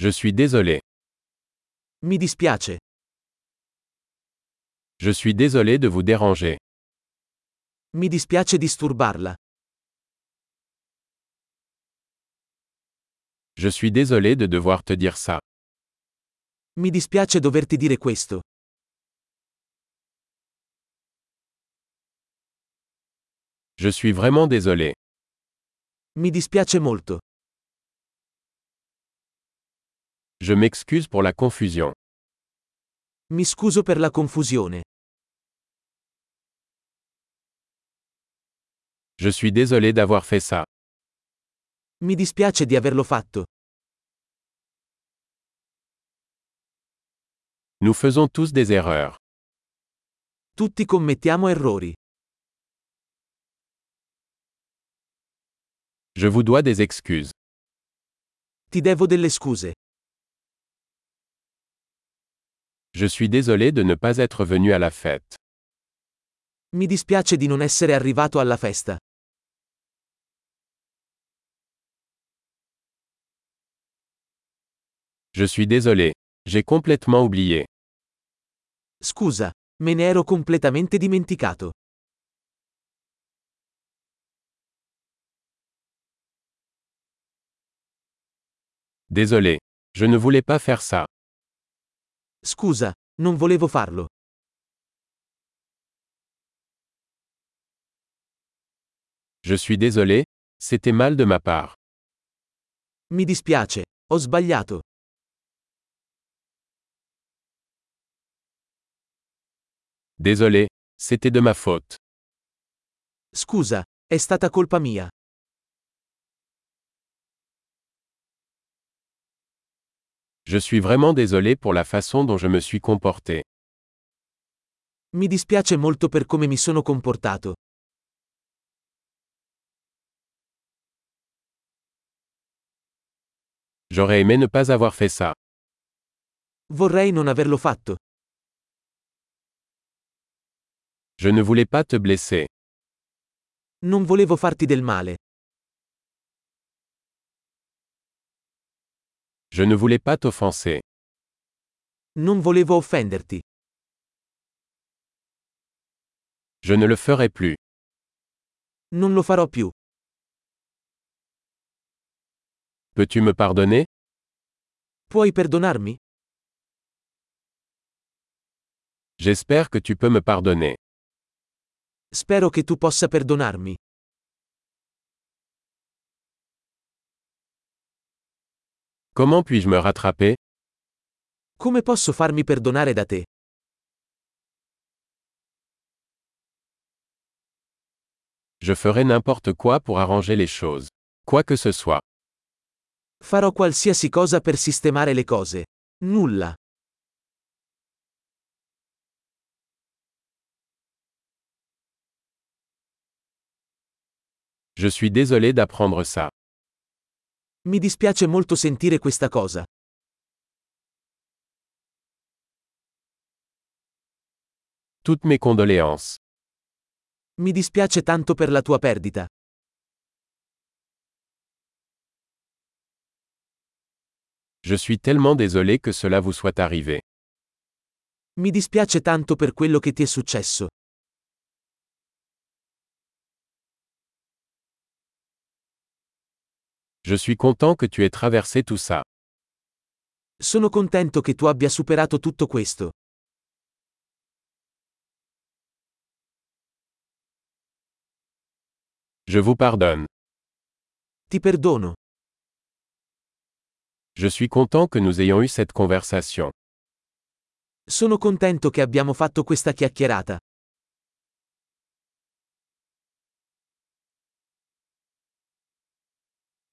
Je suis désolé. Mi dispiace. Je suis désolé de vous déranger. Mi dispiace disturbarla. Je suis désolé de devoir te dire ça. Mi dispiace doverti dire questo. Je suis vraiment désolé. Mi dispiace molto. Je m'excuse pour la confusion. Mi scuso per la confusione. Je suis désolé d'avoir fait ça. Mi dispiace di averlo fatto. Nous faisons tous des erreurs. Tutti commettiamo errori. Je vous dois des excuses. Ti devo delle scuse. Je suis désolé de ne pas être venu à la fête. Mi dispiace di non essere arrivato alla festa. Je suis désolé. J'ai complètement oublié. Scusa, me ne ero completamente dimenticato. Désolé. Je ne voulais pas faire ça. Scusa, non volevo farlo. Je suis désolé. C'était mal de ma part. Mi dispiace, ho sbagliato. Désolé. C'était de ma faute. Scusa, è stata colpa mia. Je suis vraiment désolé pour la façon dont je me suis comporté. Mi dispiace molto per come mi sono comportato. J'aurais aimé ne pas avoir fait ça. Vorrei non averlo fatto. Je ne voulais pas te blesser. Non volevo farti del male. Je ne voulais pas t'offenser. Non volevo offenderti. Je ne le ferai plus. Non lo farò più. Peux-tu me pardonner Puoi perdonarmi? J'espère que tu peux me pardonner. Spero che tu possa perdonarmi. Comment puis-je me rattraper Come posso farmi perdonare da te? Je ferai n'importe quoi pour arranger les choses. Quoi que ce soit. Farò qualsiasi cosa per sistemare le cose. Nulla. Je suis désolé d'apprendre ça. Mi dispiace molto sentire questa cosa. Toutes mes condoléances. Mi dispiace tanto per la tua perdita. Je suis tellement désolé que cela vous soit arrivé. Mi dispiace tanto per quello che ti è successo. Je suis content que tu aies traversé tout ça. Sono contento che tu abbia superato tutto questo. Je vous pardonne. Ti perdono. Je suis content que nous ayons eu cette conversation. Sono contento che abbiamo fatto questa chiacchierata.